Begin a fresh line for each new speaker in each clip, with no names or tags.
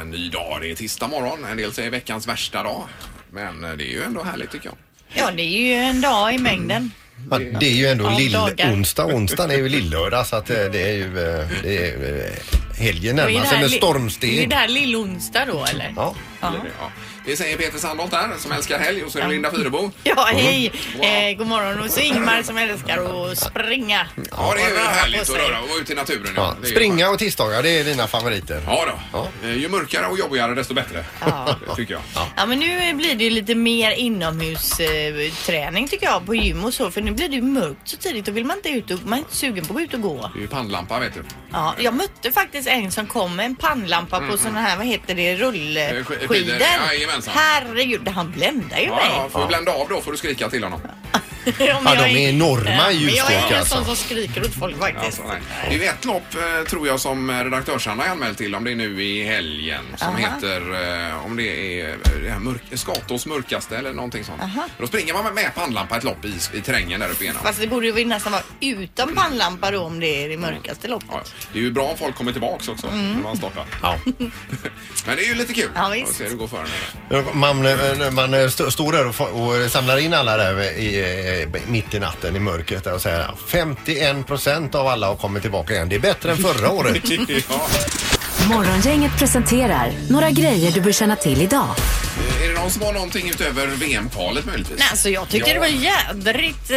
en ny dag. Det är tisdag morgon. En del säger veckans värsta dag. Men eh, det är ju ändå härligt tycker jag.
Ja, det är ju en dag i
Mm.
mängden.
Ja, det är ju ändå
Av dagar.
lill-onsdag. Onsdagen är ju lillördag så att eh, det är ju eh, det är, eh, helgen
Och är
närmar
det
sig
här
med
li- Är
stormsteg.
det här lillonsdag då eller?
Ja.
Ja.
Ja. Det säger Peter Sandholt här som älskar helg och så är det Linda Fyrebo.
Ja, hej! Eh, god morgon. Och så Ingmar som älskar att springa.
Ja, det är
Och
ju
röra på
härligt att
sig.
röra och vara ute i naturen.
Ja.
Det är ju
Springa och tisdagar, det är dina favoriter.
Ja då. Eh, Ju mörkare och jobbigare desto bättre.
Ja.
Det Tycker jag.
Ja men nu blir det ju lite mer inomhusträning tycker jag på gym och så för nu blir det ju mörkt så tidigt och vill man inte ut och man är inte sugen på att gå ut och gå.
Det är ju pannlampa vet du.
Ja, jag mötte faktiskt en som kom med en pannlampa på såna här, vad heter det,
Eh, sk-
rullskidor.
Mm. skidor. Jajamensan.
Herregud, han bländade ju
Ja, ja,
mig.
får du blända av då får du skrika till honom.
Om
Ja,
jag
de är
Ja,
enorma
Men jag är
ljusstråkar
en sån
alltså.
som skriker åt folk faktiskt.
Alltså, nej. det är ju ett lopp eh, tror jag som redaktörs-Anna är anmäld till om det är nu i helgen som
Aha.
heter eh, om det är eh, det här mörk, Skatås mörkaste eller någonting sånt. Då springer man med pannlampa ett lopp i, i terrängen där uppe igenom.
Fast det borde ju nästan vara utan pannlampa då om det är det mörkaste loppet.
Ja, det är ju bra om folk kommer tillbaks också när man startar.
Ja.
Men det är ju lite kul
Mm. Ja, visst.
att se hur det går för henne.
Man, eh, man eh, st- står där och, fa- och samlar in alla där i, eh, mitt i natten i mörkret där och säger 51 procent av alla har kommit tillbaka igen. Det är bättre än förra året.
ja.
Morgongänget presenterar några grejer du bör känna till idag.
Är det någon som har någonting utöver VM-kvalet möjligtvis?
Nej, alltså jag tyckte
Ja.
det var jädrigt... Eh,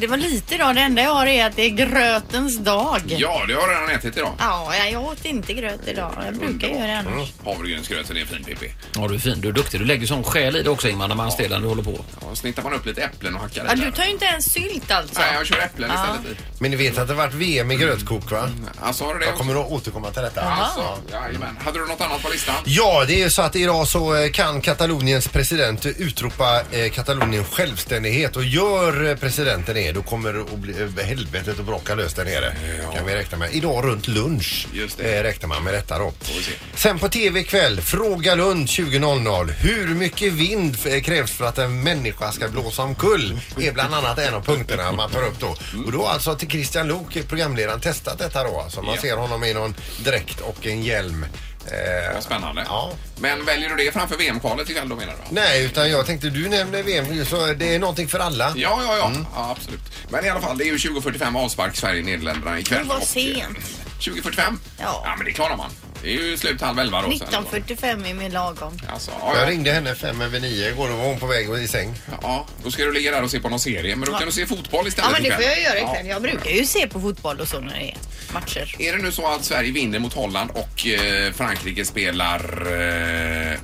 det var lite idag. Det enda jag har är att det är grötens dag.
Ja, det har jag redan ätit idag.
Ja, jag- jag åt inte gröt idag. Jag brukar göra det
Mm.
annars.
Havregrynsgröten är fin Pippi.
Ja, du är fin. Du är duktig. Du lägger sån själ i det också Ingmar när man anställer när du håller på.
Ja, snittar man upp lite äpplen och hackar i
Ja,
där.
du tar ju inte ens sylt alltså.
Nej, jag kör äpplen
Ja.
istället. i.
Men ni vet att det varit VM i grötkok va?
Alltså, har du det
Jag
också?
kommer att återkomma till detta.
Alltså, jajamän. Hade du något annat på listan?
Ja, det är ju så att idag så eh, kan Kataloniens president utropa eh, Katalonien självständighet och gör eh, presidenten det då kommer det att bli, eh, helvetet att braka lös där nere. Kan vi räkna med. Idag runt lunch
Just det.
eh, räknar man med detta då.
vi se.
Sen på TV ikväll, Fråga Lund 20.00. Hur mycket vind eh, krävs för att en människa ska blåsa omkull? är bland annat en av punkterna man tar upp då.
Mm.
Och då har alltså till Christian Lok, eh, programledaren, testat detta då. Alltså man
Ja.
ser honom i någon dräkt och en hjälm. Eh,
Vad spännande.
Ja.
Men väljer du det framför VM-kvalet ikväll då menar du?
Nej, utan jag tänkte du nämnde VM ju, så det är någonting för alla.
Ja, ja, ja.
Mm.
ja. Absolut. Men i alla fall, det är ju 20.45 avspark Sverige-Nederländerna ikväll.
Det var
Och, eh,
sent.
20.45?
Ja.
Ja, men det klarar man. Det är ju slut halv elva då. sen.
19.45 är min lagom.
Alltså, ja,
Jag
ja.
ringde henne fem över nio igår och var hon på väg i säng.
ja, då ska du ligga där och se på någon serie. Men då kan du se fotboll istället
Ja, men det
ikväll.
får jag göra
Ja.
ikväll. Jag brukar ju se på fotboll och så när det är matcher.
Är det nu så att Sverige vinner mot Holland och eh, Frankrike spelar eh,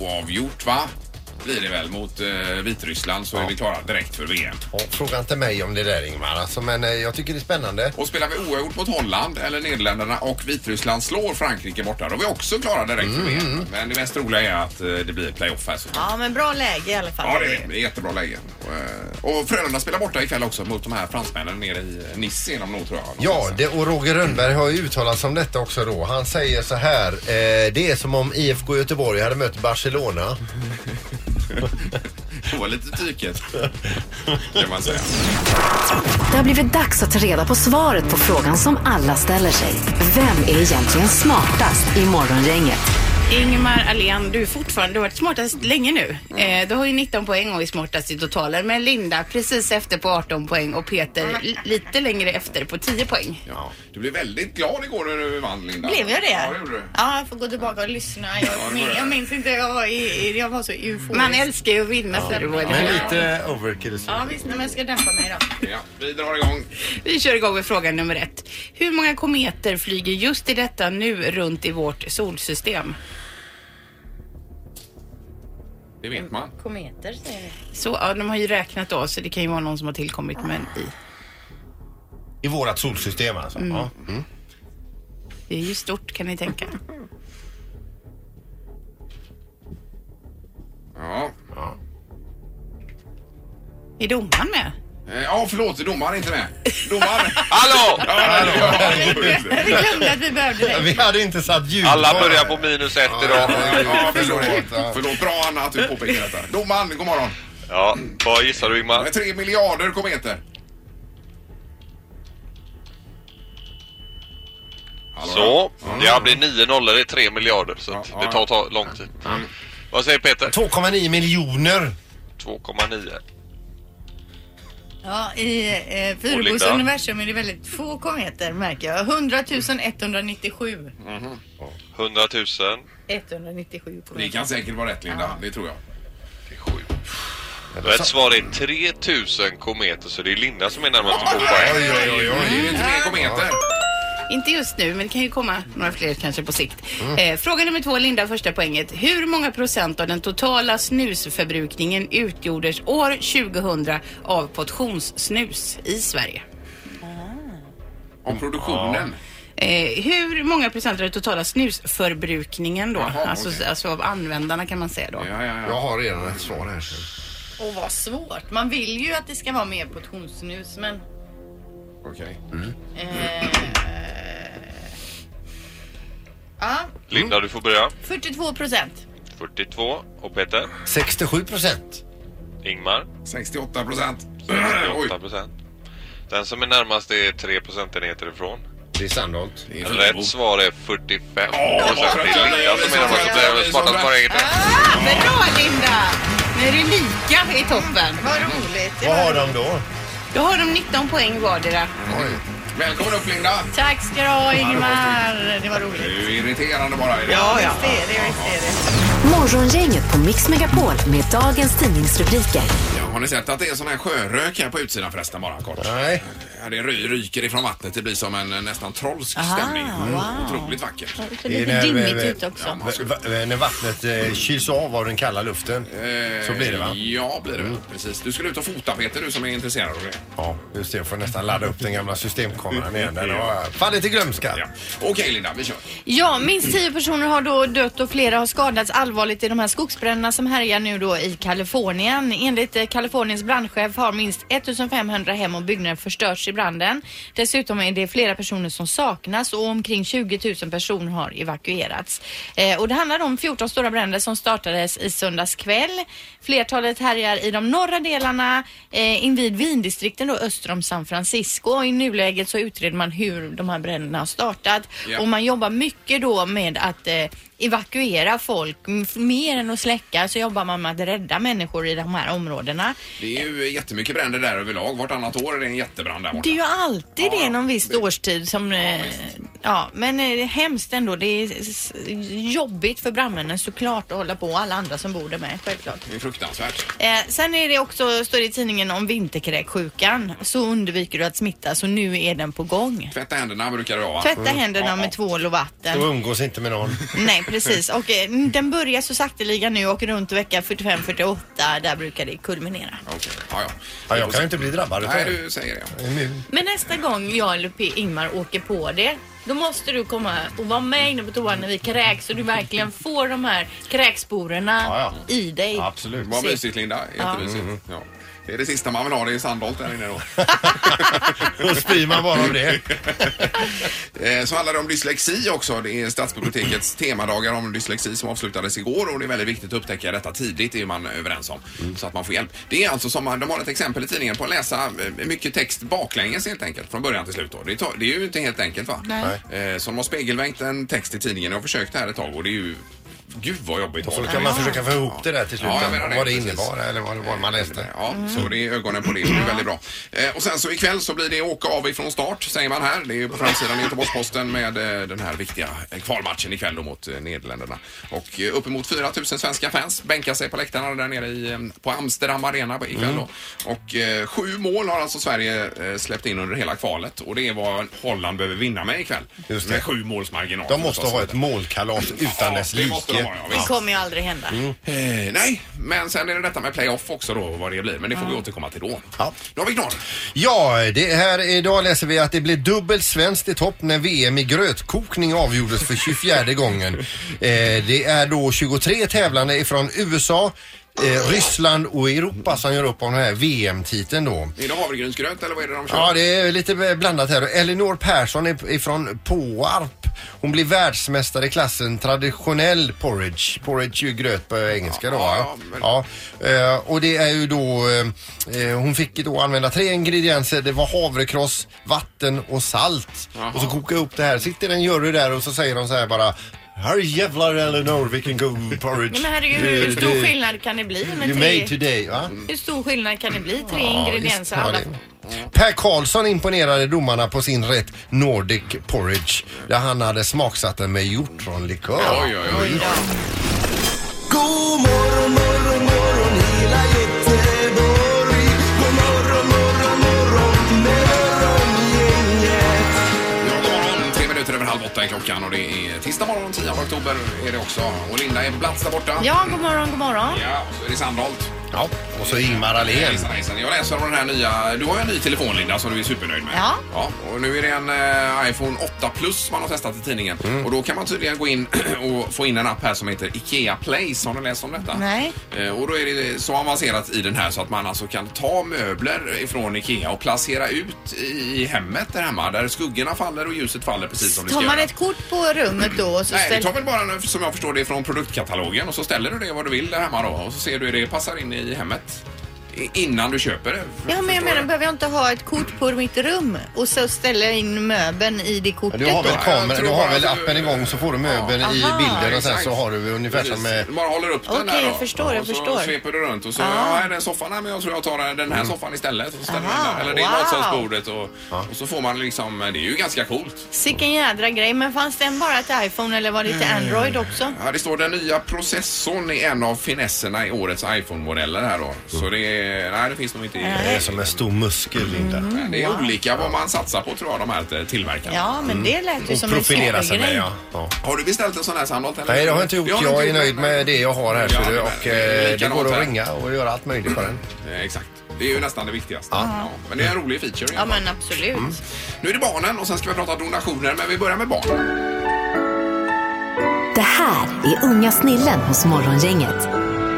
oavgjort, va? Blir det väl mot eh, Vitryssland så är vi klara direkt för VM.
Ja, Fråga inte mig om det där Ingmar, alltså, men eh, jag tycker det är spännande.
Och spelar vi oavgjort mot Holland eller Nederländerna och Vitryssland slår Frankrike borta då är vi också klara direkt för VM. Men det mest roliga är att eh, det blir playoff här. Så.
Ja, men bra läge i alla fall.
Ja, det är, det är jättebra läge. Och, eh, Och Frölunda spelar borta ikväll också mot de här fransmännen nere i Nice inom nog tror jag.
Ja, det, och Roger Rönnberg har ju uttalat sig om detta också då. Han säger så här, eh, det är som om IFK Göteborg hade mött Barcelona.
det var lite tyket. kan man säga.
Det har blivit dags att ta reda på svaret på frågan som alla ställer sig. Vem är egentligen smartast i Morgongänget?
Ingemar Ahlén, du är fortfarande, du har varit smartast länge nu. Eh, du har ju 19 poäng och är smartast i totalen. Men Linda precis efter på 18 poäng och Peter li- lite längre efter på 10 poäng.
Ja. Du blev väldigt glad igår när du vann Linda.
Blev jag det?
Ja, det gjorde du.
Ja, jag får gå tillbaka och lyssna. Jag,
det var
minns-
det.
jag minns inte, jag var, i, i- jag var så euforisk.
Man älskar ju att vinna ja. Färbo, eller
Men
hur?
lite overkill. så.
Ja, visst. Men jag ska dämpa mig då.
Ja, vi drar igång.
Vi kör igång med fråga nummer ett. Hur många kometer flyger just i detta nu runt i vårt solsystem?
Det vet man.
Kometer säger vi.
Så, ja, de har ju räknat då, så det kan ju vara någon som har tillkommit men i.
I vårat solsystem alltså. Ja. Mm.
Det är ju stort kan ni tänka.
Ja.
Ja.
Är domaren med?
Eh, Ja, förlåt. Domaren är inte med. Domaren!
Hallå!
Ja, hallå.
Vi glömde att vi behövde dig.
Vi hade inte satt ljud
Alla
på
börjar
det.
på minus ett
Ja,
idag.
Ja, förlåt.
förlåt. Ja.
Förlåt. Bra Anna att du påpekar detta. Domaren, god morgon.
Ja, vad gissar du Ingmar?
Eh, Tre miljarder kometer. Ja,
Så. Det blir nio nollor, det är tre miljarder. Så att det tar, tar lång tid. Vad säger Peter?
2,9 miljoner.
2,9.
Ja, i eh,
Och
Fyrebos
Linda?
universum är det väldigt få kometer märker jag. 100 197.
100 000.
197
Det
kometer.
kan säkert vara rätt Linda, det tror jag.
Det är sju. Rätt svar är 3000 kometer så det är Linda som är närmast att få
Oj,
poäng.
oj, oj,
Det är
oj.
ju tre kometer.
Inte just nu, men det kan ju komma några fler kanske på sikt.
Mm.
Eh, fråga nummer två, Linda, första poänget. Hur många procent av den totala snusförbrukningen utgjordes år 2000 av portionssnus i Sverige?
Om produktionen.
Eh, hur många procent av den totala snusförbrukningen då?
Jaha,
alltså,
okej.
alltså av användarna kan man säga då.
Ja, ja,
Jag
ja.
har redan ett svar här.
Och vad svårt. Man vill ju att det ska vara mer portionssnus men...
Okej.
Eh, ja,
Linda du får börja.
42 procent.
42 och Peter.
67 procent.
Ingmar.
68 procent. Oj,
8 procent. Den som är närmast är 3 procentenheter ifrån.
Det är Sandholt.
det är Fyrebo.
Rätt svar är 45 procent.
vad
Det
trött
är
jag
Linda
är,
som
så
är närmast.
trött
Det
jag
är
är, så
smartast på
trött.
eget rätt.
Ah, bra Linda! Nu är det lika i toppen.
Vad roligt. Det
Vad
var-
har de då?
Då har de 19 poäng vardera.
Välkommen upp Linda.
Tack ska du ha Ingmar. Det var roligt.
Det är ju irriterande bara. Är det?
Visst är det, visst är det.
Morgongänget på Mix Megapol med dagens tidningsrubriker.
Ja, har ni sett att det är sån här sjörök här på utsidan förresten bara kort?
Nej.
Ja, det ry, ryker ifrån vattnet. Det blir som en eh, nästan trollsk stämning. Mm. Otroligt vackert.
Det är
Det är
lite
när-
dimmigt
eh,
ute också.
Ja, man ska-
Va- va- När vattnet eh, kyls av av den kalla luften så blir det va?
Eh,
Mm.
Ja, blir det väl. Precis. Du skulle ut och fota Peter, du som är intresserad av det.
Ja, just det. Jag får nästan ladda upp den gamla systemkameran igen. Den har fallit i glömska.
Ja. Okej Linda, vi kör.
Ja, minst tio personer har då dött och flera har skadats allvarligt i de här skogsbränderna som härjar nu då i Kalifornien. Enligt eh, Kaliforniens brandchef har minst 1500 hem och byggnader förstörts i branden. Dessutom är det flera personer som saknas och omkring 20 000 personer har evakuerats. Eh, och det handlar om 14 stora bränder som startades i söndags kväll. Flertalet härjar i de norra delarna eh, invid vindistrikten då öster om San Francisco. Och I nuläget så utreder man hur de här bränderna har startat
Ja.
och man man jobbar mycket då med att eh, evakuera folk. M- Mer än att släcka så jobbar man med att rädda människor i de här områdena.
Det är ju jättemycket bränder där överlag. Vartannat år är det en jättebrand där borta.
Det är ju alltid det någon viss årstid som... Eh, ja, men eh, det är hemskt ändå. Det är s- jobbigt för brandmännen såklart att hålla på och alla andra som bor där med, självklart.
Det är fruktansvärt.
Eh, sen är det också, står det i tidningen om vinterkräksjukan. Så undviker du att smitta, så nu är den på gång.
Tvätta händerna brukar det vara.
Tvätta händerna
Ja,
med
ja.
tvål och vatten.
Då umgås inte med någon.
Nej, precis. Och eh, den börjar så sakteliga nu och runt vecka 45-48, där brukar det kulminera.
Okej, ja, ja.
Ja, jag Mm. kan ju inte bli drabbad utav
Nej,
det.
du säger det.
Immun.
Men nästa gång jag eller P- Ingmar åker på det, då måste du komma och vara med inne på toan när vi kräks så du verkligen får de här kräksporerna
Ja,
i dig.
Absolut.
Vad
Se.
mysigt Linda. Jättemysigt.
Mm.
Ja. Det är det sista man vill ha. Det är Sandholt där inne då.
Då spyr man bara om det.
Eh, Så handlar det om dyslexi också. Det är Stadsbibliotekets temadagar om dyslexi som avslutades igår och det är väldigt viktigt att upptäcka detta tidigt, det är man överens om.
Mm.
Så att man får hjälp. Det är alltså som, man- de har ett exempel i tidningen på att läsa eh, mycket text baklänges helt enkelt, från början till slut då. Det, tar, det är ju inte helt enkelt va? Nej. Eh, Så de har spegelvängt en text i tidningen och försökt det här ett tag och det är ju, gud vad jobbigt.
Så då kan man försöka få ihop det där till slut.
Ja, jag menar det,
vad det
precis.
innebar eller vad det var man läste.
Ja, så det är ögonen på det. och Det är väldigt bra. Eh, och sen så ikväll så blir det åka av ifrån start, säger man här. Det är ju på framsidan i Göteborgs-Posten med eh, den här viktiga eh, kvalmatchen ikväll då mot eh, Nederländerna. Och eh, uppemot 4 000 svenska fans bänkar sig på läktarna där nere i, eh, på Amsterdam Arena på- ikväll då.
Mm.
Och eh, sju mål har alltså Sverige eh, släppt in under hela kvalet och det är vad Holland behöver vinna med ikväll.
Just det.
Med sju måls marginal.
De måste ha ett målkalas utan
Ja,
dess
det måste de
like.
ha, ja,
Det
visst.
kommer ju aldrig hända.
Mm.
Eh, nej, men sen är det detta med playoff också då, vad det blir. Men det får vi återkomma till då.
Ja.
Nu har vi knorr.
Ja, det här idag läser vi att det blev dubbelt svenskt i topp när VM i grötkokning avgjordes för 24 gången. Eh, det är då 23 tävlande ifrån USA, eh, Ryssland och Europa som gör upp om den här VM-titeln då.
Är det havregrynsgröt eller vad är det de kör?
Ja, det är lite blandat här. Elinor Persson är ifrån Påarp. Hon blir världsmästare i klassen traditionell porridge. Porridge är ju gröt på engelska då.
Ja,
Ja,
ja,
Eh, och det är ju då, eh, eh, hon fick då använda tre ingredienser. Det var havrekross, vatten och salt.
Jaha.
Och så kokar jag upp det här. Sitter en jury där och så säger de så här bara Herre jävlar Elinor vilken god porridge. Eh,
Nej, men herregud, hur
du-
stor
du-
skillnad kan det bli
You
med
made
tre?
today va?
Hur stor skillnad kan det bli? Tre
Ja, visst
ingredienser.
var
Alla...
det. Per Karlsson imponerade domarna på sin rätt Nordic Porridge där han hade smaksatt den med hjortronlikör.
Oj, oj, oj.
God morgon, morgon, morgon hela Göteborg. God morgon, morgon, morgon morgongänget.
Ja, god morgon. Tre minuter över halv åtta är klockan och det är tisdag morgon 10 oktober är det också. Och Linda är på plats där borta.
Ja, god morgon, god morgon.
Ja, och så är det Sandholt.
Ja, och så Ingmar Ahlén.
Hejsan, hejsan. Jag läser om den här nya... Du har ju en ny telefon Linda som du är supernöjd med.
Ja.
och nu är det en eh, iPhone 8 Plus man har testat i tidningen.
Mm.
Och då kan man tydligen gå in och få in en app här som heter IKEA Place. Har ni läst om detta?
Nej.
Eh, Och då är det så avancerat i den här så att man alltså kan ta möbler ifrån IKEA och placera ut i hemmet där hemma där skuggorna faller och ljuset faller precis som det ska
Tar man
göra.
ett kort på rummet då och så
Nej, du tar
ställer...
väl bara som jag förstår det från produktkatalogen och så ställer du det vad du vill där hemma då och så ser du hur det passar in i hemmet. I- Innan du köper det.
Ja, men jag
Förstår
menar,
du?
behöver jag inte ha ett kort på mitt rum och så ställa in möbeln i det kortet
Du har väl,
då?
jag
kameran,
tror
du har
bara
väl
att du-
appen igång så får du möbeln i
Aha.
bilden och sen
Exakt.
så har du ungefär som eh, med
Precis. Du bara håller upp den
Okej,
där då.
jag förstår, jag
och så
förstår.
sveper du runt och så,
Ah.
ja, här är den soffan, nej, men jag tror jag tar den här soffan istället. Och så ställer du den
Aha,
där. Eller det är
wow.
matsalsbordet och, och så får man liksom, det är ju ganska coolt.
Sicken jädra grej. Men fanns den bara till iPhone eller var det
Mm.
till Android också?
Ja, det står den nya processorn är en av finesserna i årets iPhone-modeller här då. Så det, är- nej, det finns nog inte i...
Mm. det är som en stor muskel Linda.
Mm.
Mm.
Det är olika vad man satsar på tror jag, de här tillverkarna.
Ja, men det lät ju
Mm. Och
som en
profilera sig med
supergrej.
ja. ja.
Har du beställt en sån här Sandholt? eller?
Nej det har jag inte gjort.
Det har du
Jag är
gjort,
nöjd
men-
med det jag har här ser du.
Ja,
Och
men-
eh, det
likadant
går
här.
att ringa och göra allt möjligt på den.
Eh, Exakt. Det är ju nästan det viktigaste. Ja, men det är en rolig feature. i
Ja,
alla fall.
men absolut.
Mm.
Nu är det barnen och sen ska vi prata donationer, men vi börjar med barn.
Det här är Unga snillen hos Morgongänget.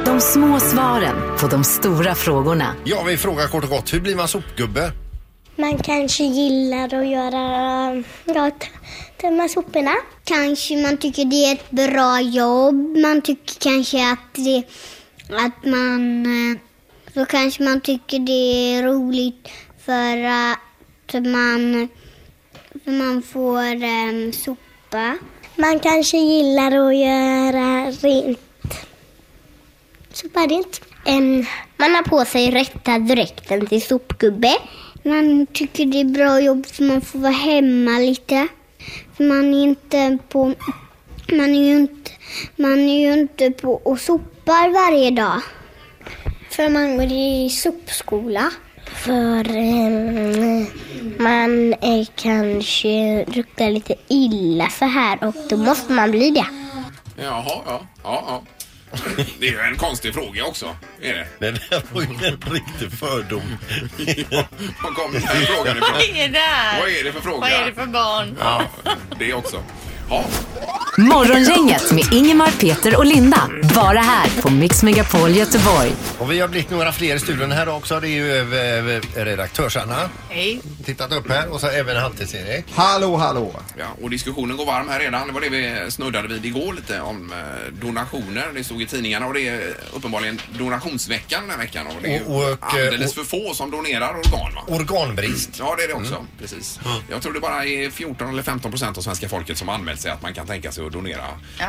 De små svaren på de stora frågorna.
Ja vi frågar kort och gott, hur blir man sopgubbe?
Man kanske gillar att göra, ja, t- tömma soporna. Kanske man tycker det är ett bra jobb. Man tycker kanske att det, att man, eh, då kanske man tycker det är roligt för att man, för man får um, sopa. Man kanske gillar att göra rent sopa rent. man har på sig rätta dräkten till sopgubbe. Man tycker det är bra jobb för man får vara hemma lite. För man är inte på... Man är ju inte, man är ju inte på och sopar varje dag. För man går i sopskola. För man kanske luktar lite illa så här och då måste man bli det.
Jaha, ja. ja, ja. Det är ju en konstig fråga också. Är det?
Det där var ju en riktig fördom.
Var kom den här frågan
Vad
ifrån?
är det här?
Vad är det för fråga?
Vad är det för barn?
Ja, det också. Ja,
Morgongänget med Ingemar, Peter och Linda. Bara här på Mix Megapol Göteborg.
Och vi har blivit några fler i studion här också. Det är ju eh, eh, redaktörs-Anna.
Hej.
Tittat upp här och så även Halvtids-Erik.
Hallå, hallå.
ja, och diskussionen går varm här redan. Det var det vi snuddade vid igår lite om eh, donationer. Det stod i tidningarna och det är uppenbarligen donationsveckan den här veckan. Och det är ju
Och- och, eh,
alldeles
och-
för få som donerar organ va?
Organbrist.
Ja, det är det också.
Mm,
Precis. Jag tror det bara är 14 eller 15 procent av svenska folket som anmält sig att man kan tänka sig att donera
Ja.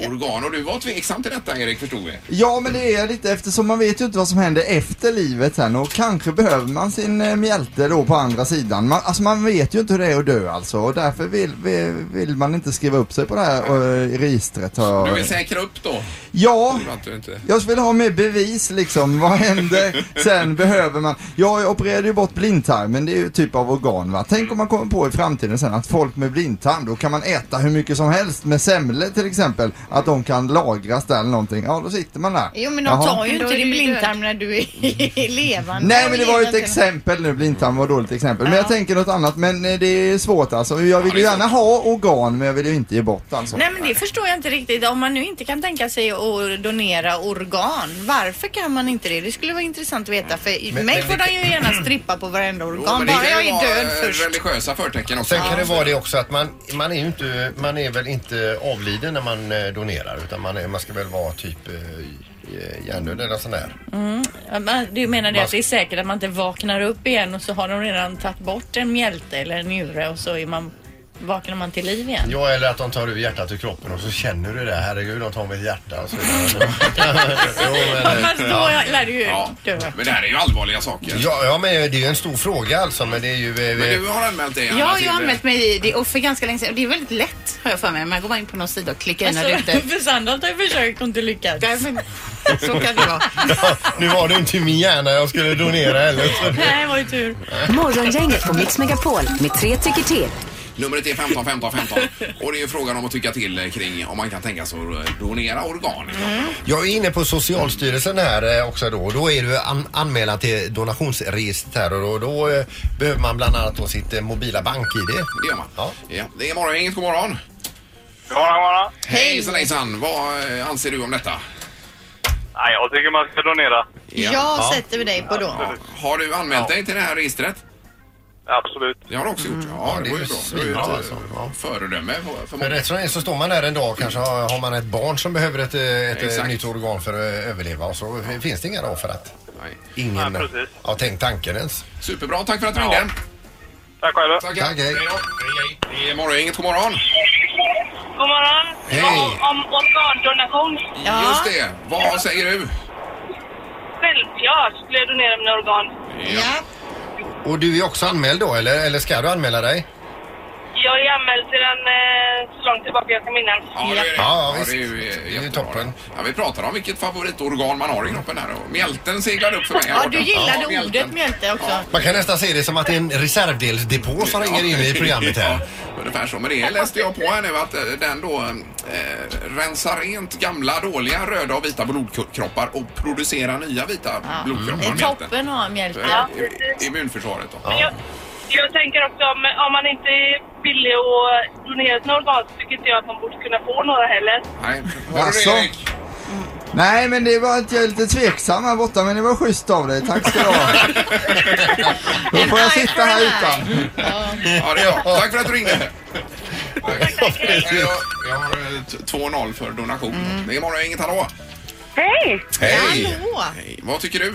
eh, organ. Och du var tveksam till detta, Erik, förstod vi.
Ja, men det är lite eftersom man vet ju inte vad som händer efter livet sen och kanske behöver man sin eh, mjälte då på andra sidan. Man, alltså man vet ju inte hur det är att dö alltså och därför vill, vill, vill man inte skriva upp sig på det här eh, registret. har-
Du vill säkra upp då?
Ja,
Att du inte...
Jag vill ha mer bevis liksom. Vad händer sen? Behöver man? Jag opererade ju bort blindtarmen, det är ju typ av organ va. Tänk om man kommer på i framtiden sen att folk med blindtarm, då kan man äta hur mycket som helst med semlor till exempel, att de kan lagras där eller någonting. Ja, då sitter man där.
Jo men de
Jaha.
tar ju
Men då
inte
är
din
du ju död.
blindtarm när du är levande.
Nej men det var ju ett
Egentligen.
exempel nu, blindtarm var ett dåligt exempel. Men
Ja.
jag tänker något annat, men eh, det är svårt alltså. Jag vill
det
ju
är
gärna ha organ men jag vill ju inte ge bort alltså.
Nej men det förstår jag inte riktigt. Om man nu inte kan tänka sig att donera organ, varför kan man inte det? Det skulle vara intressant att veta för i-
Men-
mig
men
får
det-
de ju gärna strippa på varenda
Jo,
organ
men det
bara
kan
jag
ju
är
vara,
död
eh,
först.
religiösa förtecken också.
Sen kan det vara det också att man, man, är, ju inte, man är väl inte avliden när man eh, donerar utan man, är, man ska väl vara typ eh, hjärndöd eller sån där.
Ja, men Du menar det att det är säkert att man inte vaknar upp igen och så har de redan tagit bort en mjälte eller en njure och så är man, vaknar man till liv igen?
Ja, eller att de tar ur hjärtat ur kroppen och så känner du det. Herregud, de tar mitt hjärta och så vidare. jo, men, eh,
Fast då lär du ju
Ja,
dö.
men det här är ju allvarliga saker.
ja, ja, men det är ju en stor fråga alltså men det är ju... eh,
Men du har anmält dig Anna,
Ja,
till-
jag har anmält mig i det och för ganska länge sedan. Det är väldigt lätt har jag för mig. Man går bara in på någon sida och klickar in och
Alltså,
rutor.
för Sandholt har ju försökt och inte lyckats.
Nej, men Så kan det vara.
Ja, nu var det inte i min hjärna jag skulle donera heller. Så det,
Nej, det var ju tur.
Morgongänget på Mix Megapol med tre tycker till.
Numret är 15 15 15 och det är ju frågan om att tycka till eh, kring om man kan tänka sig att eh, donera organ.
Jag är inne på Socialstyrelsen här eh, också då. Då är du an anmälan till donationsregistret här och då eh, behöver man bland annat då sitt eh, mobila bank-id.
Det gör man. Ja.
Ja.
Det är morgongänget, god morgon.
Godmorgon, godmorgon.
Hejsan hejsan, vad eh, anser du om detta?
Nej, jag tycker man ska donera.
Jag sätter vi dig på då.
Har du anmält dig till det här registret?
Absolut.
Det har du också gjort. Ja, det,
Mm. det
var ju
är
bra.
svinbra
Det var ju ett
alltså.
eh,
Ja.
föredöme för- för
Men
många.
rätt som det är så står man där en dag kanske har, har man ett barn som behöver ett, eh, ett eh,
Exakt.
nytt organ för att eh, överleva och så eh, finns det inga då för att
Nej.
ingen
Nej, precis.
har tänkt tanken ens.
Superbra, tack för att du ringde.
Tack själv.
Tack,
Tack, hej.
då. Hej, hej. Det är morgongänget, god morgon.
God morgon.
Hej.
Om, om organdonation.
Just det, vad säger du?
Självklart skulle jag donera mina organ.
Ja.
Och du är också anmäld då eller, eller ska du anmäla dig?
Jag är anmäld sedan eh, så långt tillbaka jag kan minnas.
Ja, det är det.
Ja, visst.
det är ju, eh,
Det är ju
jättebra.
toppen.
Ja, vi pratar om vilket favoritorgan man har i kroppen här. och Mjälten seglade upp för mig. här
ja,
borta.
du
Ja,
gillade
mjälten.
ordet mjälte också.
Man kan nästan se det som att det är en reservdelsdepå som ringer in i programmet här.
Ja, Ungefär så. Men det läste jag på här nu att eh, den då eh, rensar rent gamla dåliga röda och vita blodkroppar och producerar nya vita blodkroppar.
Det är
mjälten.
toppen att ha en mjälte.
Eh, i- Immunförsvaret då.
Men Jag, jag tänker också om, om man inte är villig att donera sina organ så tycker inte jag att man borde kunna få några heller.
Nej, har du
Jaså?
det Erik?
Nej men det var att jag är lite tveksam här borta men det var schysst av dig. Tack ska du ha. Då får jag sitta här utan.
Ja, det är jag. Tack för att du ringde. Jag, jag har eh, t- 2-0 för donation.
Mm.
Det är morgon, inget hallå.
Hej!
Hej!
Hallå!
Hej. Vad tycker du?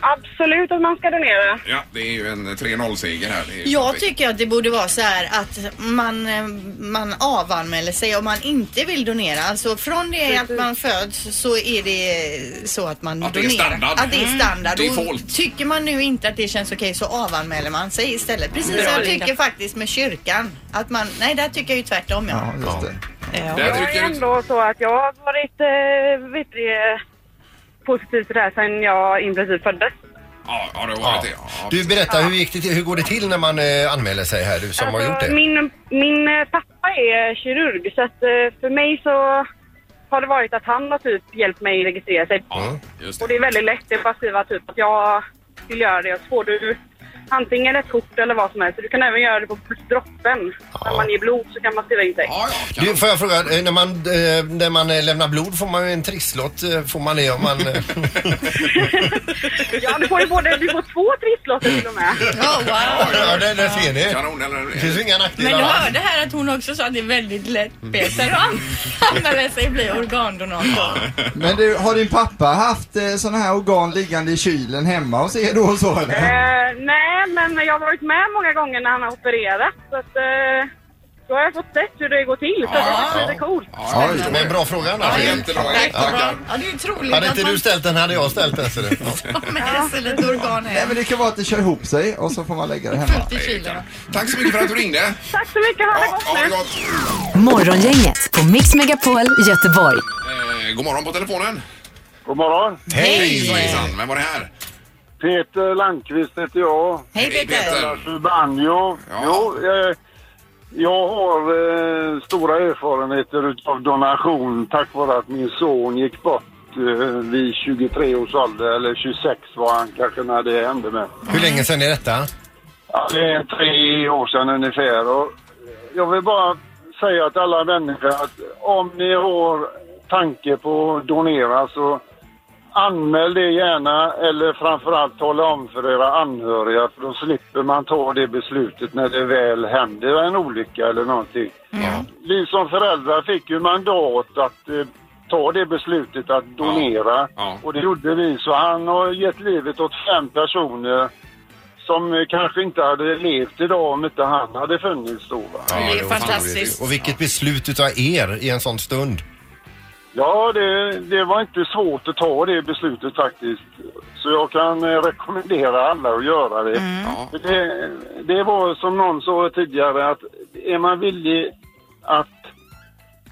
Absolut att man ska donera.
Ja, det är ju en 3-0-seger här. Det är ju
Jag
toppen.
tycker att det borde vara så här att man, eh, man avanmäler sig om man inte vill donera. Alltså från det att man föds så är det så att man
Att det är
donerar.
standard.
Att det är standard.
Mm.
Och
Default.
tycker man nu inte att det känns okej så avanmäler man sig istället. Precis som jag tycker faktiskt med kyrkan. Att man, nej där tycker jag ju tvärtom
Ja,
ja.
just det.
Där
Jag
trycker
är
du-
ändå så att jag har varit eh, vitrig, positiv till det här sedan jag i princip föddes.
Ja, ja, det har
Ja.
varit det. Ja,
Du berätta, hur, gick det till, hur går det till när man eh, anmäler sig här, du som har gjort
Alltså,
det?
alltså, Min, min eh, pappa är kirurg så att, eh, för mig så har det varit att han har typ hjälpt mig registrera sig.
Ja, just
Och
det.
det är väldigt lätt, det är bara att skriva typ att jag vill göra det och så får du antingen ett kort eller vad som helst. Så Du kan även göra det på droppen. När man ger blod så kan man skriva in sig.
Ja, ja, kan
Du, får jag fråga, eh, när man, eh, när man eh, lämnar blod får man ju en trisslott, eh, får man det om man... eh,
Ja, du får ju både, du får två trisslotter till och med.
Oh, wow.
ja, där, där ser ni.
Kanon
Det
eller?
finns ju inga
Men du
nackdelar. va?
hörde här att hon också sa att det är väldigt lätt Peter att anmäla sig och bli organdonator.
Men du, har din pappa haft eh, sådana här organ liggande i kylen hemma hos er då och så eller?
Eh, nej, men jag har varit med många gånger när han har opererat. Så att, eh, då har jag fått sett hur det går till. Så
Ja,
det är lite coolt.
Ja,
Oj.
Men bra fråga
ja,
annars.
jättebra. Tackar.
Ja, det är ju troligt
Hade
att
inte
man
du ställt den hade jag ställt den. ser du.
tar med sig lite organ
Nej
hem.
men det kan vara att det kör ihop sig och så får man lägga det hemma.
Fullt i kylen.
Tack så mycket för att du ringde.
Tack så mycket, ha det
Ja,
gott
ha
nu!
det gott.
Morgongänget på Mix Megapol Göteborg.
Eh, god morgon på telefonen.
God morgon.
Hejsan, hejsan. Vem var det här?
Peter Landqvist heter jag.
Hej Peter!
Banjo.
Ja.
Jo, eh,
Jag har eh, stora erfarenheter av donation tack vare att min son gick bort eh, vid 23 års ålder, eller 26 var han kanske när det hände med.
Hur länge sedan är detta?
Ja, det är tre år sedan ungefär. Och jag vill bara säga till alla människor att om ni har tanke på att donera så anmäl det gärna eller framförallt tala om för era anhöriga för då slipper man ta det beslutet när det väl händer en olycka eller någonting. Vi som föräldrar fick ju mandat att eh, ta det beslutet att donera och det gjorde vi så han har gett livet åt fem personer som eh, kanske inte hade levt idag om inte han hade funnits då. Va?
det är
fantastiskt.
Och vilket beslut utav er i en sån stund.
Ja, det, det var inte svårt att ta det beslutet faktiskt. Så jag kan eh, rekommendera alla att göra det. För det. Det var som någon sa tidigare att är man villig att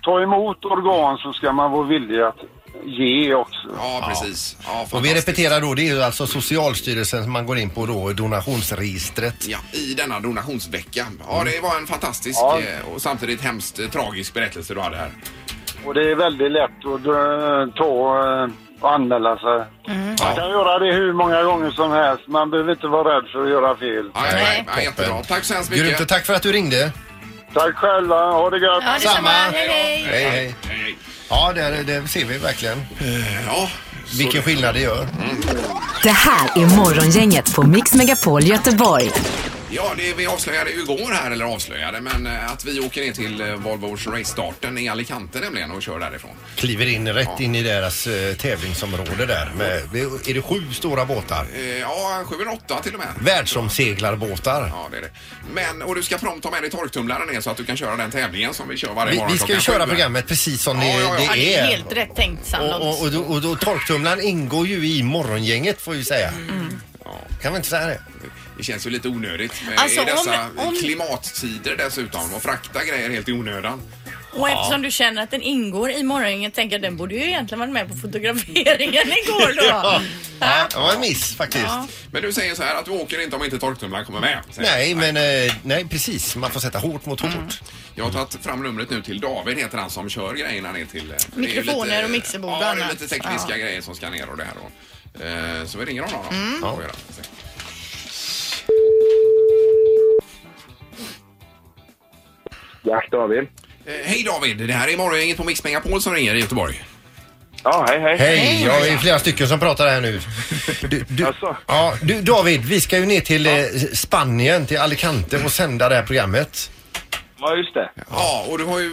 ta emot organ så ska man vara villig att ge också.
Ja, precis.
Och vi repeterar då, det är ju alltså Socialstyrelsen som man går in på då, donationsregistret.
Ja, i denna donationsvecka. Ja,
Mm.
det var en fantastisk eh, och samtidigt hemskt eh, tragisk berättelse du hade här.
Och det är väldigt lätt att eh, ta eh, och anmäla sig. Man kan göra det hur många gånger som helst. Man behöver inte vara rädd för att göra fel.
Nej, nej, jättebra. Tack så hemskt mycket.
Grymt och tack för att du ringde.
Tack själva, ha det gött.
Ja, detsamma. Samma. Hej,
hej.
Hej, hej. Ja, det, det ser vi verkligen.
Ja.
Vilken skillnad det gör.
Det här är Morgongänget på Mix Megapol Göteborg.
Ja, det vi avslöjade ju igår här, eller avslöjade, men eh, att vi åker ner till eh, Volvos race-starten i Alicante nämligen och kör därifrån.
Kliver in rätt in i deras eh, tävlingsområde där. Med, är det sju stora båtar?
Eh, Ja, 7 eller 8 till och med.
Världsomseglarbåtar.
Ja, det är det. Men, och du ska prompt ta med dig torktumlaren ner så att du kan köra den tävlingen som vi kör varje
Vi,
morgon
vi ska ju
klockan
köra
sju.
programmet precis som det,
ja,
det
det är
är.
helt rätt tänkt Sandholt.
Och, och, och, då, och då torktumlaren ingår ju i morgongänget får vi säga.
Mm.
Kan vi inte säga det?
Det känns ju lite onödigt med
Alltså,
i dessa
om- om-
klimattider dessutom och frakta grejer helt i onödan.
Och eftersom du känner att den ingår i morgonen tänker jag den borde ju egentligen varit med på fotograferingen igår då.
Ja.
Ja, det var en miss faktiskt.
Men du säger så här att du åker inte om inte torktumlaren kommer med. säger
Nej, men eh, nej precis. Man får sätta hårt mot hårt.
Mm.
Jag har tagit fram numret nu till David heter han som kör grejerna ner till... eh, det är ju
Mikrofoner
lite-
och mixerbord och
Ja, det är
annat.
lite tekniska
Ja.
grejer som ska ner och det här då. Eh, Så vi ringer honom då.
Mm.
Får vi göra. Se.
Jack David.
Eh, Hej David, det här är morgongänget på Mix Megapol som ringer i Göteborg.
Ja, hej hej.
Hej, jag är flera stycken som pratar här nu. Du, du,
Alltså.
ja, du, David, vi ska ju ner till eh, Spanien, till Alicante och sända det här programmet.
Ja, just det.
Ja, och du har ju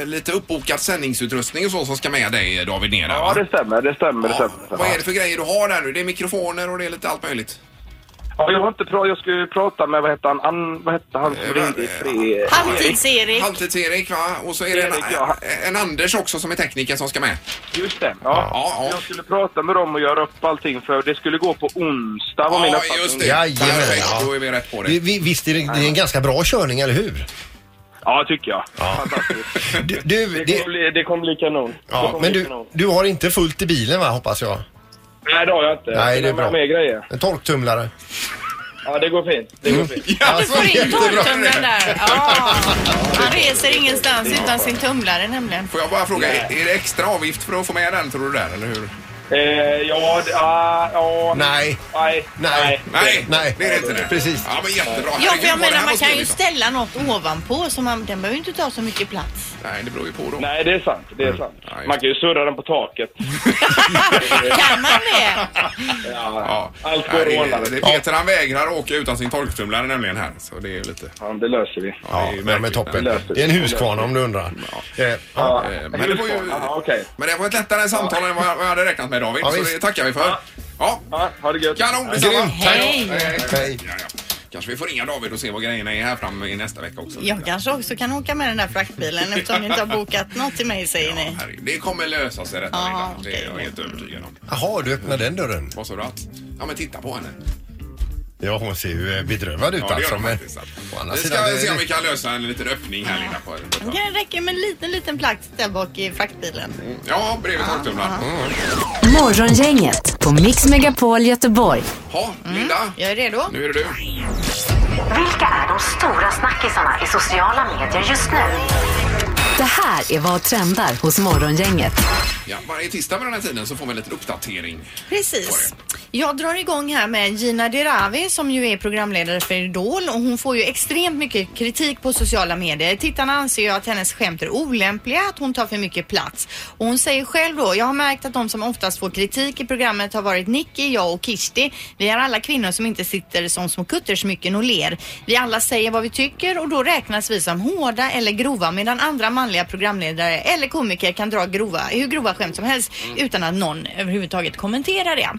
eh, lite uppbokad sändningsutrustning och så som ska med dig eh, David ner där,
Ja,
va?
det stämmer, det stämmer, det
Ja,
stämmer.
Vad är det för grejer du har där nu? Det är mikrofoner och det är lite allt möjligt.
Ja, jag har inte pra- jag skulle prata med, vad hette han, An- vad hette han som ringde i tre...
Halvtids-Erik.
Halvtids-Erik va? Och så är det en,
Erik, ja.
en Anders också som är tekniker som ska med.
Just det, ja. Jag skulle prata med dem och göra upp allting för det skulle gå på onsdag var min uppfattning.
Jajamän, ja.
Då är vi rätt på det.
Vi, vi, visst är det, det är en ganska bra körning, eller hur?
Ja, tycker jag.
Du, du,
det,
det,
kommer bli, det kommer bli kanon. det
ja,
kommer
men
bli
du,
kanon.
du har inte fullt i bilen va, hoppas jag?
Nej, det har jag inte.
Nej,
Jag
det är
har
bra.
med mer grejer.
En torktumlare. Mm.
Ja, det går fint. Det går fint.
Ja,
Alltså,
du får in torktumlaren där. Ja. Han reser ingenstans utan sin tumlare nämligen.
Får jag bara fråga, är, är det extra avgift för att få med den tror du där, eller hur?
Eh, ja, det- ah, ja...
Nej.
Nej. Nej.
Nej,
Nej.
det är det inte det.
Precis.
Ja, men jättebra.
Ja, för
Herregud,
jag
vad det
menar
här
man
var
kan ju
stiligt.
ställa något ovanpå så man, den behöver ju inte ta så mycket plats.
Nej, det beror ju på då.
Nej, det är sant. Det är sant. Man kan ju surra den på taket.
Kan man det?
Ja.
Allt går
Nej, det-
att ordna.
det- Peter han vägrar åka utan sin torktumlare nämligen här. Så det är ju lite...
Ja, det löser vi.
Ja,
Ja, men toppen. Det är en huskvarn om du undrar. Eh,
Ja,
Eh, Men det var ju...
Ja, okej.
Men det var ett lättare samtal än vad jag vad jag hade räknat med David.
Ja,
så
visst.
det tackar vi för. Ja.
Ja, ha det gött.
Kanon, detsamma.
Grymt, tack. Hej. Hej.
Ja, ja. Kanske vi får ringa David och se vad grejerna är här fram i nästa vecka också.
Jag kanske också kan åka med den där fraktbilen eftersom ni inte har bokat något till mig säger ni.
Herregud, Det kommer lösa sig detta
Ja,
Linda. Det är jag helt övertygad om.
Jaha, du öppnar den dörren.
Vad sa du att? Ja men titta på henne.
Ja, hon ser ju eh, bedrövad ut
Ja, det gör
alltså.
hon
Men
faktiskt.
å andra
Vi ska
sidan, eh, det-
se om vi kan lösa en liten öppning här Linda. På,
Det kan räcka med en liten, liten plats där bak i fraktbilen.
ja, bredvid torktumlaren.
Morgongänget på Mix Megapol Göteborg.
Ja, Linda.
Jag är redo.
Nu är det du.
Vilka är de stora snackisarna i sociala medier just nu? Det här är vad trendar hos Morgongänget.
Ja, varje tisdag vid den här tiden så får vi en liten uppdatering.
Precis. Jag drar igång här med Gina Dirawi som ju är programledare för Idol och hon får ju extremt mycket kritik på sociala medier. Tittarna anser ju att hennes skämt är olämpliga, att hon tar för mycket plats. Och hon säger själv då, jag har märkt att de som oftast får kritik i programmet har varit Nicky, jag och Kishti. Vi är alla kvinnor som inte sitter som små kuttersmycken och ler. Vi alla säger vad vi tycker och då räknas vi som hårda eller grova medan andra manliga programledare eller komiker kan dra grova, hur grova skämt som helst
Mm.
utan att någon överhuvudtaget kommenterar det.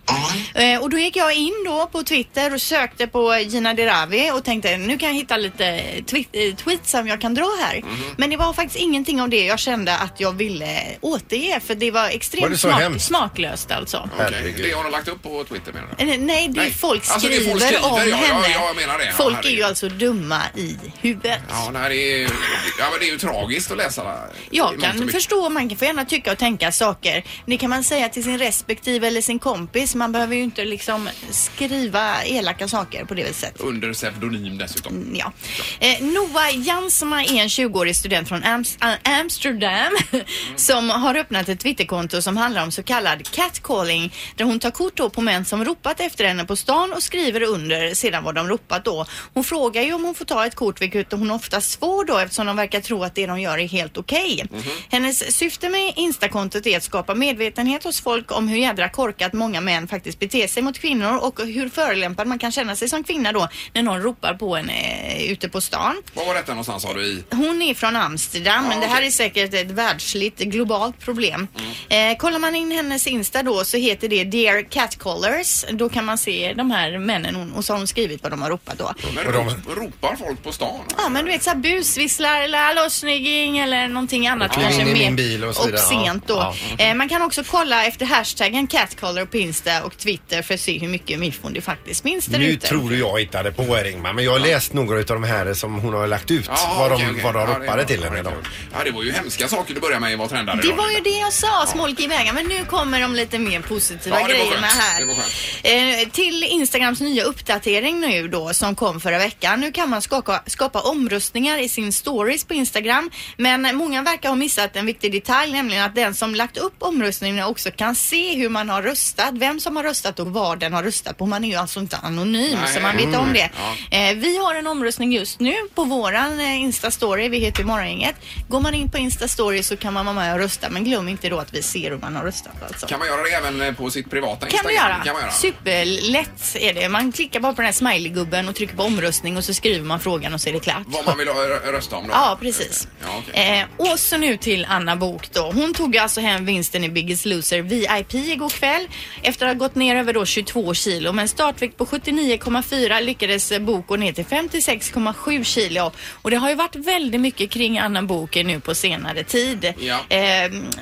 Eh, och då gick jag in då på Twitter och sökte på Gina Dirawi och tänkte nu kan jag hitta lite twi- eh, tweets som jag kan dra här.
Mm-hmm.
Men det var faktiskt ingenting av det jag kände att jag ville återge för det var extremt
Var det så
smak-
hemskt?
smaklöst alltså.
Okej, Det har de lagt upp på Twitter menar du?
Eh, Nej, det är folk
Alltså, det är
skriver
folk skriver,
om
ja, ja,
henne.
ja, jag menar det. Ja,
Folk är ju
herregud.
alltså dumma i huvudet.
Ja, nej, det, är, ja men det är ju tragiskt att läsa det.
Jag
Alltså, Mångt och
kan
mycket.
förstå, man kan få gärna tycka och tänka saker. Det kan man säga till sin respektive eller sin kompis. Man behöver ju inte liksom skriva elaka saker på det viset.
Under pseudonym dessutom.
Ja. Eh, Noah Jansma är en 20-årig student från Ams- Am- Amsterdam som har öppnat ett Twitterkonto som handlar om så kallad catcalling där hon tar kort då på män som ropat efter henne på stan och skriver under sedan vad de ropat då. Hon frågar ju om hon får ta ett kort vilket hon oftast får då eftersom de verkar tro att det de gör är helt okej. Hennes syfte med Instakontot är att skapa medvetenhet hos folk om hur jädra korkat många män faktiskt beter sig mot kvinnor och hur förolämpad man kan känna sig som kvinna då när någon ropar på en eh, ute på stan.
Var var detta någonstans sa du? I?
Hon är från Amsterdam, men det här är säkert ett världsligt, globalt problem. Eh, kollar man in hennes Insta då så heter det Dear Catcallers. Då kan man se de här männen hon, och så har hon skrivit vad de har ropat då.
Men
Och de-
ro- ropar folk på stan?
Ja men du vet såhär busvisslar eller hallå snygging eller någonting annat.
kliv
kanske
in i
mer
min bil och så vidare. Ja.
obscent då.
Ja.
Eh, man kan också kolla efter hashtaggen catcaller på Insta och Twitter för att se hur mycket miffon det faktiskt finns där
Nu
ute.
tror du jag hittade på Ringman, men jag har läst några av de här som hon har lagt ut. vad de,
okej, okej.
vad de
Ja, det är
ropade
bra.
till henne. då.
Ja, det var ju hemska saker du började med i Vad trendar
Det
idag.
var ju det jag sa, smolk i vägen. Men nu kommer de lite mer positiva
Ja, det var skönt.
grejerna här.
Det var skönt.
Eh, till Instagrams nya uppdatering nu då som kom förra veckan. Nu kan man skaka, skapa omröstningar i sin stories på Instagram. Men många verkar ha missat en viktig detalj, nämligen att den som lagt upp omröstningarna också kan se hur man har röstat, vem som har röstat och vad den har röstat på. Man är ju alltså inte anonym
Nej.
så man vet
Mm.
om det.
Ja.
Eh, vi har en omröstning just nu på våran eh, Insta-story. Vi heter Morgongänget. Går man in på Insta-story så kan man vara med och rösta. Men glöm inte då att vi ser hur man har röstat alltså.
Kan man göra det även eh, på sitt privata
Kan man
Instagram?
göra.
Kan man göra?
Superlätt är det. Man klickar bara på den här smileygubben och trycker på omröstning och så skriver man frågan och så är det klart.
Vad man vill ha- rö- rösta om då?
Ja, precis.
Ja, okej.
Eh, och så nu till Anna Bok då. Hon tog alltså hem vinsten i Biggest Loser VIP igår kväll efter att ha gått ner över då 22 kilo. Med en startvikt på 79,4 lyckades eh, Bok gå ner till 56,7 kilo. Och det har ju varit väldigt mycket kring Anna Bok nu på senare tid.
Ja.
Eh,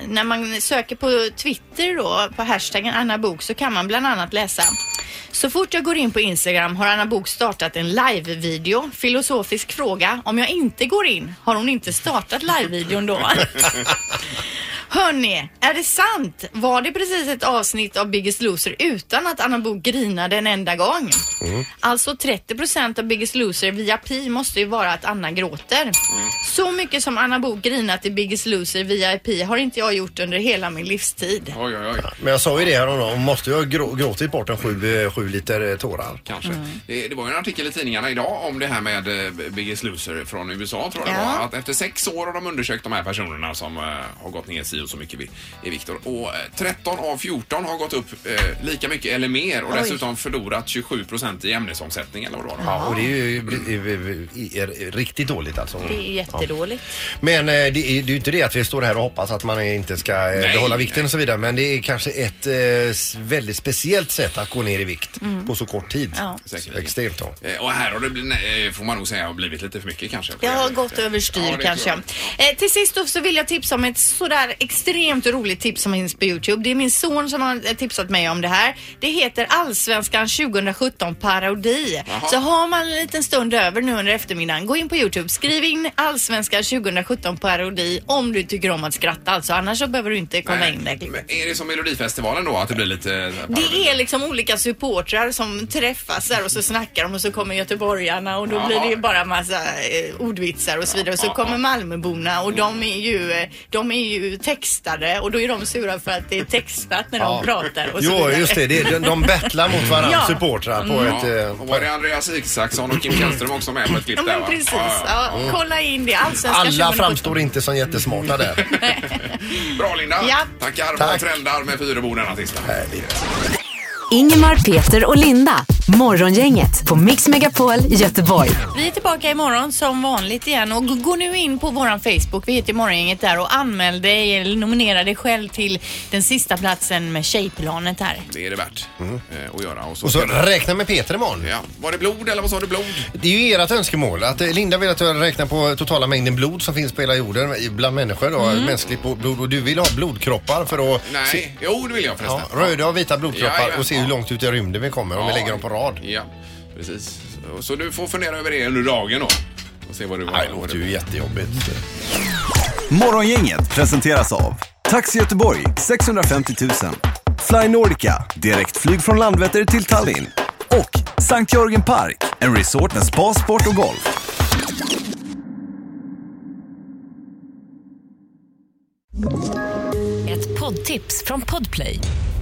när man söker på Twitter då, på hashtaggen Anna Bok så kan man bland annat läsa så fort jag går in på Instagram har Anna Bok startat en live-video. Filosofisk fråga. Om jag inte går in, har hon inte startat live-videon då? Hörni, är det sant? Var det precis ett avsnitt av Biggest Loser utan att Anna Bok grinade en enda gång? Alltså 30% av Biggest Loser via Pi måste ju vara att Anna gråter. Så mycket som Anna Bok grinat i Biggest Loser via Pi har inte jag gjort under hela min livstid.
Oj, oj, oj.
Men jag sa ju det häromdagen, hon måste ju ha grå, gråtit bort en sju, eh, sju liter eh, tårar.
Kanske. Eh, Det, det var ju en artikel i tidningarna idag om det här med eh, Biggest Loser från USA tror jag det
Ja.
var. Att efter sex år har de undersökt de här personerna som eh, har gått ner si och så mycket vi- i vikt. Och eh, 13 av 14 har gått upp eh, lika mycket eller mer och
Oj.
dessutom förlorat 27 procent i ämnesomsättning eller vad det var.
Ja, och det är ju bli- i- i- i- i- riktigt dåligt alltså.
Det är jättedåligt.
Ja. Men eh, det är det är ju inte det att vi står här och hoppas att man inte ska eh,
Nej,
behålla vikten och så vidare. Men det är kanske ett eh, s- väldigt speciellt sätt att gå ner i vikt
Mm.
på så kort tid.
Ja.
Säkert.
Extremt då.
Eh, Och här har det, blivit, eh, får man nog säga, har blivit lite för mycket kanske.
Jag har gått överstyr
Ja, det tror
kanske. Eh, till sist då så vill jag tipsa om ett sådär extremt roligt tips som finns på Youtube. Det är min son som har eh, tipsat mig om det här. Det heter Allsvenskan 2017 parodi.
Jaha.
Så har man en liten stund över nu under eftermiddagen, gå in på Youtube, skriv in Allsvenskan 2017 parodi om du tycker om att skratta alltså. Annars så behöver du inte kolla in det.
Eh, Men är det som Melodifestivalen då, att det blir lite...
Det är liksom olika supportrar som träffas där och så snackar de och så kommer göteborgarna och då
Ja.
blir det ju bara massa eh, ordvitsar och så vidare. Och så kommer Malmöborna och de är, ju, eh, de är ju textade och då är de sura för att det är textat när de pratar. Och så
Jo,
vidare.
just det. det är- de, de battlar mot varandra,
Ja.
supportrar, på
Mm.
ett...
Ja.
eh,
Och var det Andreas Isaksson och Kim Källström också med på ett klipp
Ja
där
men
va?
precis.
Ja, ja.
Ja, kolla in det. Allsvenskan
Mm. Alla
2017.
framstår inte som jättesmarta där.
Bra Linda!
Ja.
Tackar våra föräldrar med Fyrebo denna tisdag.
Ingemar, Peter och Linda. Morgongänget på Mix Megapol Göteborg.
Vi är tillbaka imorgon som vanligt igen och gå nu in på våran Facebook, vi heter Morgongänget där och anmäl dig eller nominera dig själv till den sista platsen med Tjejplanet här.
Det är det värt eh, att göra. Och så,
Och så räkna med Peter imorgon.
Ja. Var det blod eller vad sa du? Blod?
Det är ju ert önskemål. Att eh, Linda vill att jag räknar på totala mängden blod som finns på hela jorden i- bland människor. Då,
Mm.
Mänskligt bo- blod. Och du vill ha blodkroppar för att...
Nej,
se-
jo det vill jag förresten.
Ja, röda och vita blodkroppar
Ja, ja,
och se hur långt ut i rymden vi kommer om vi
Ja.
lägger dem på rad.
Ja, precis. Så, så du får fundera över det under dagen då. Och se vad du... Nej, det låter ju
jättejobbigt.
Morgongänget presenteras av Taxi Göteborg 650 000 Fly Nordica, direktflyg från Landvetter till Tallinn och Sankt Jörgen Park, en resort med spa, sport och golf.
Ett poddtips från Podplay.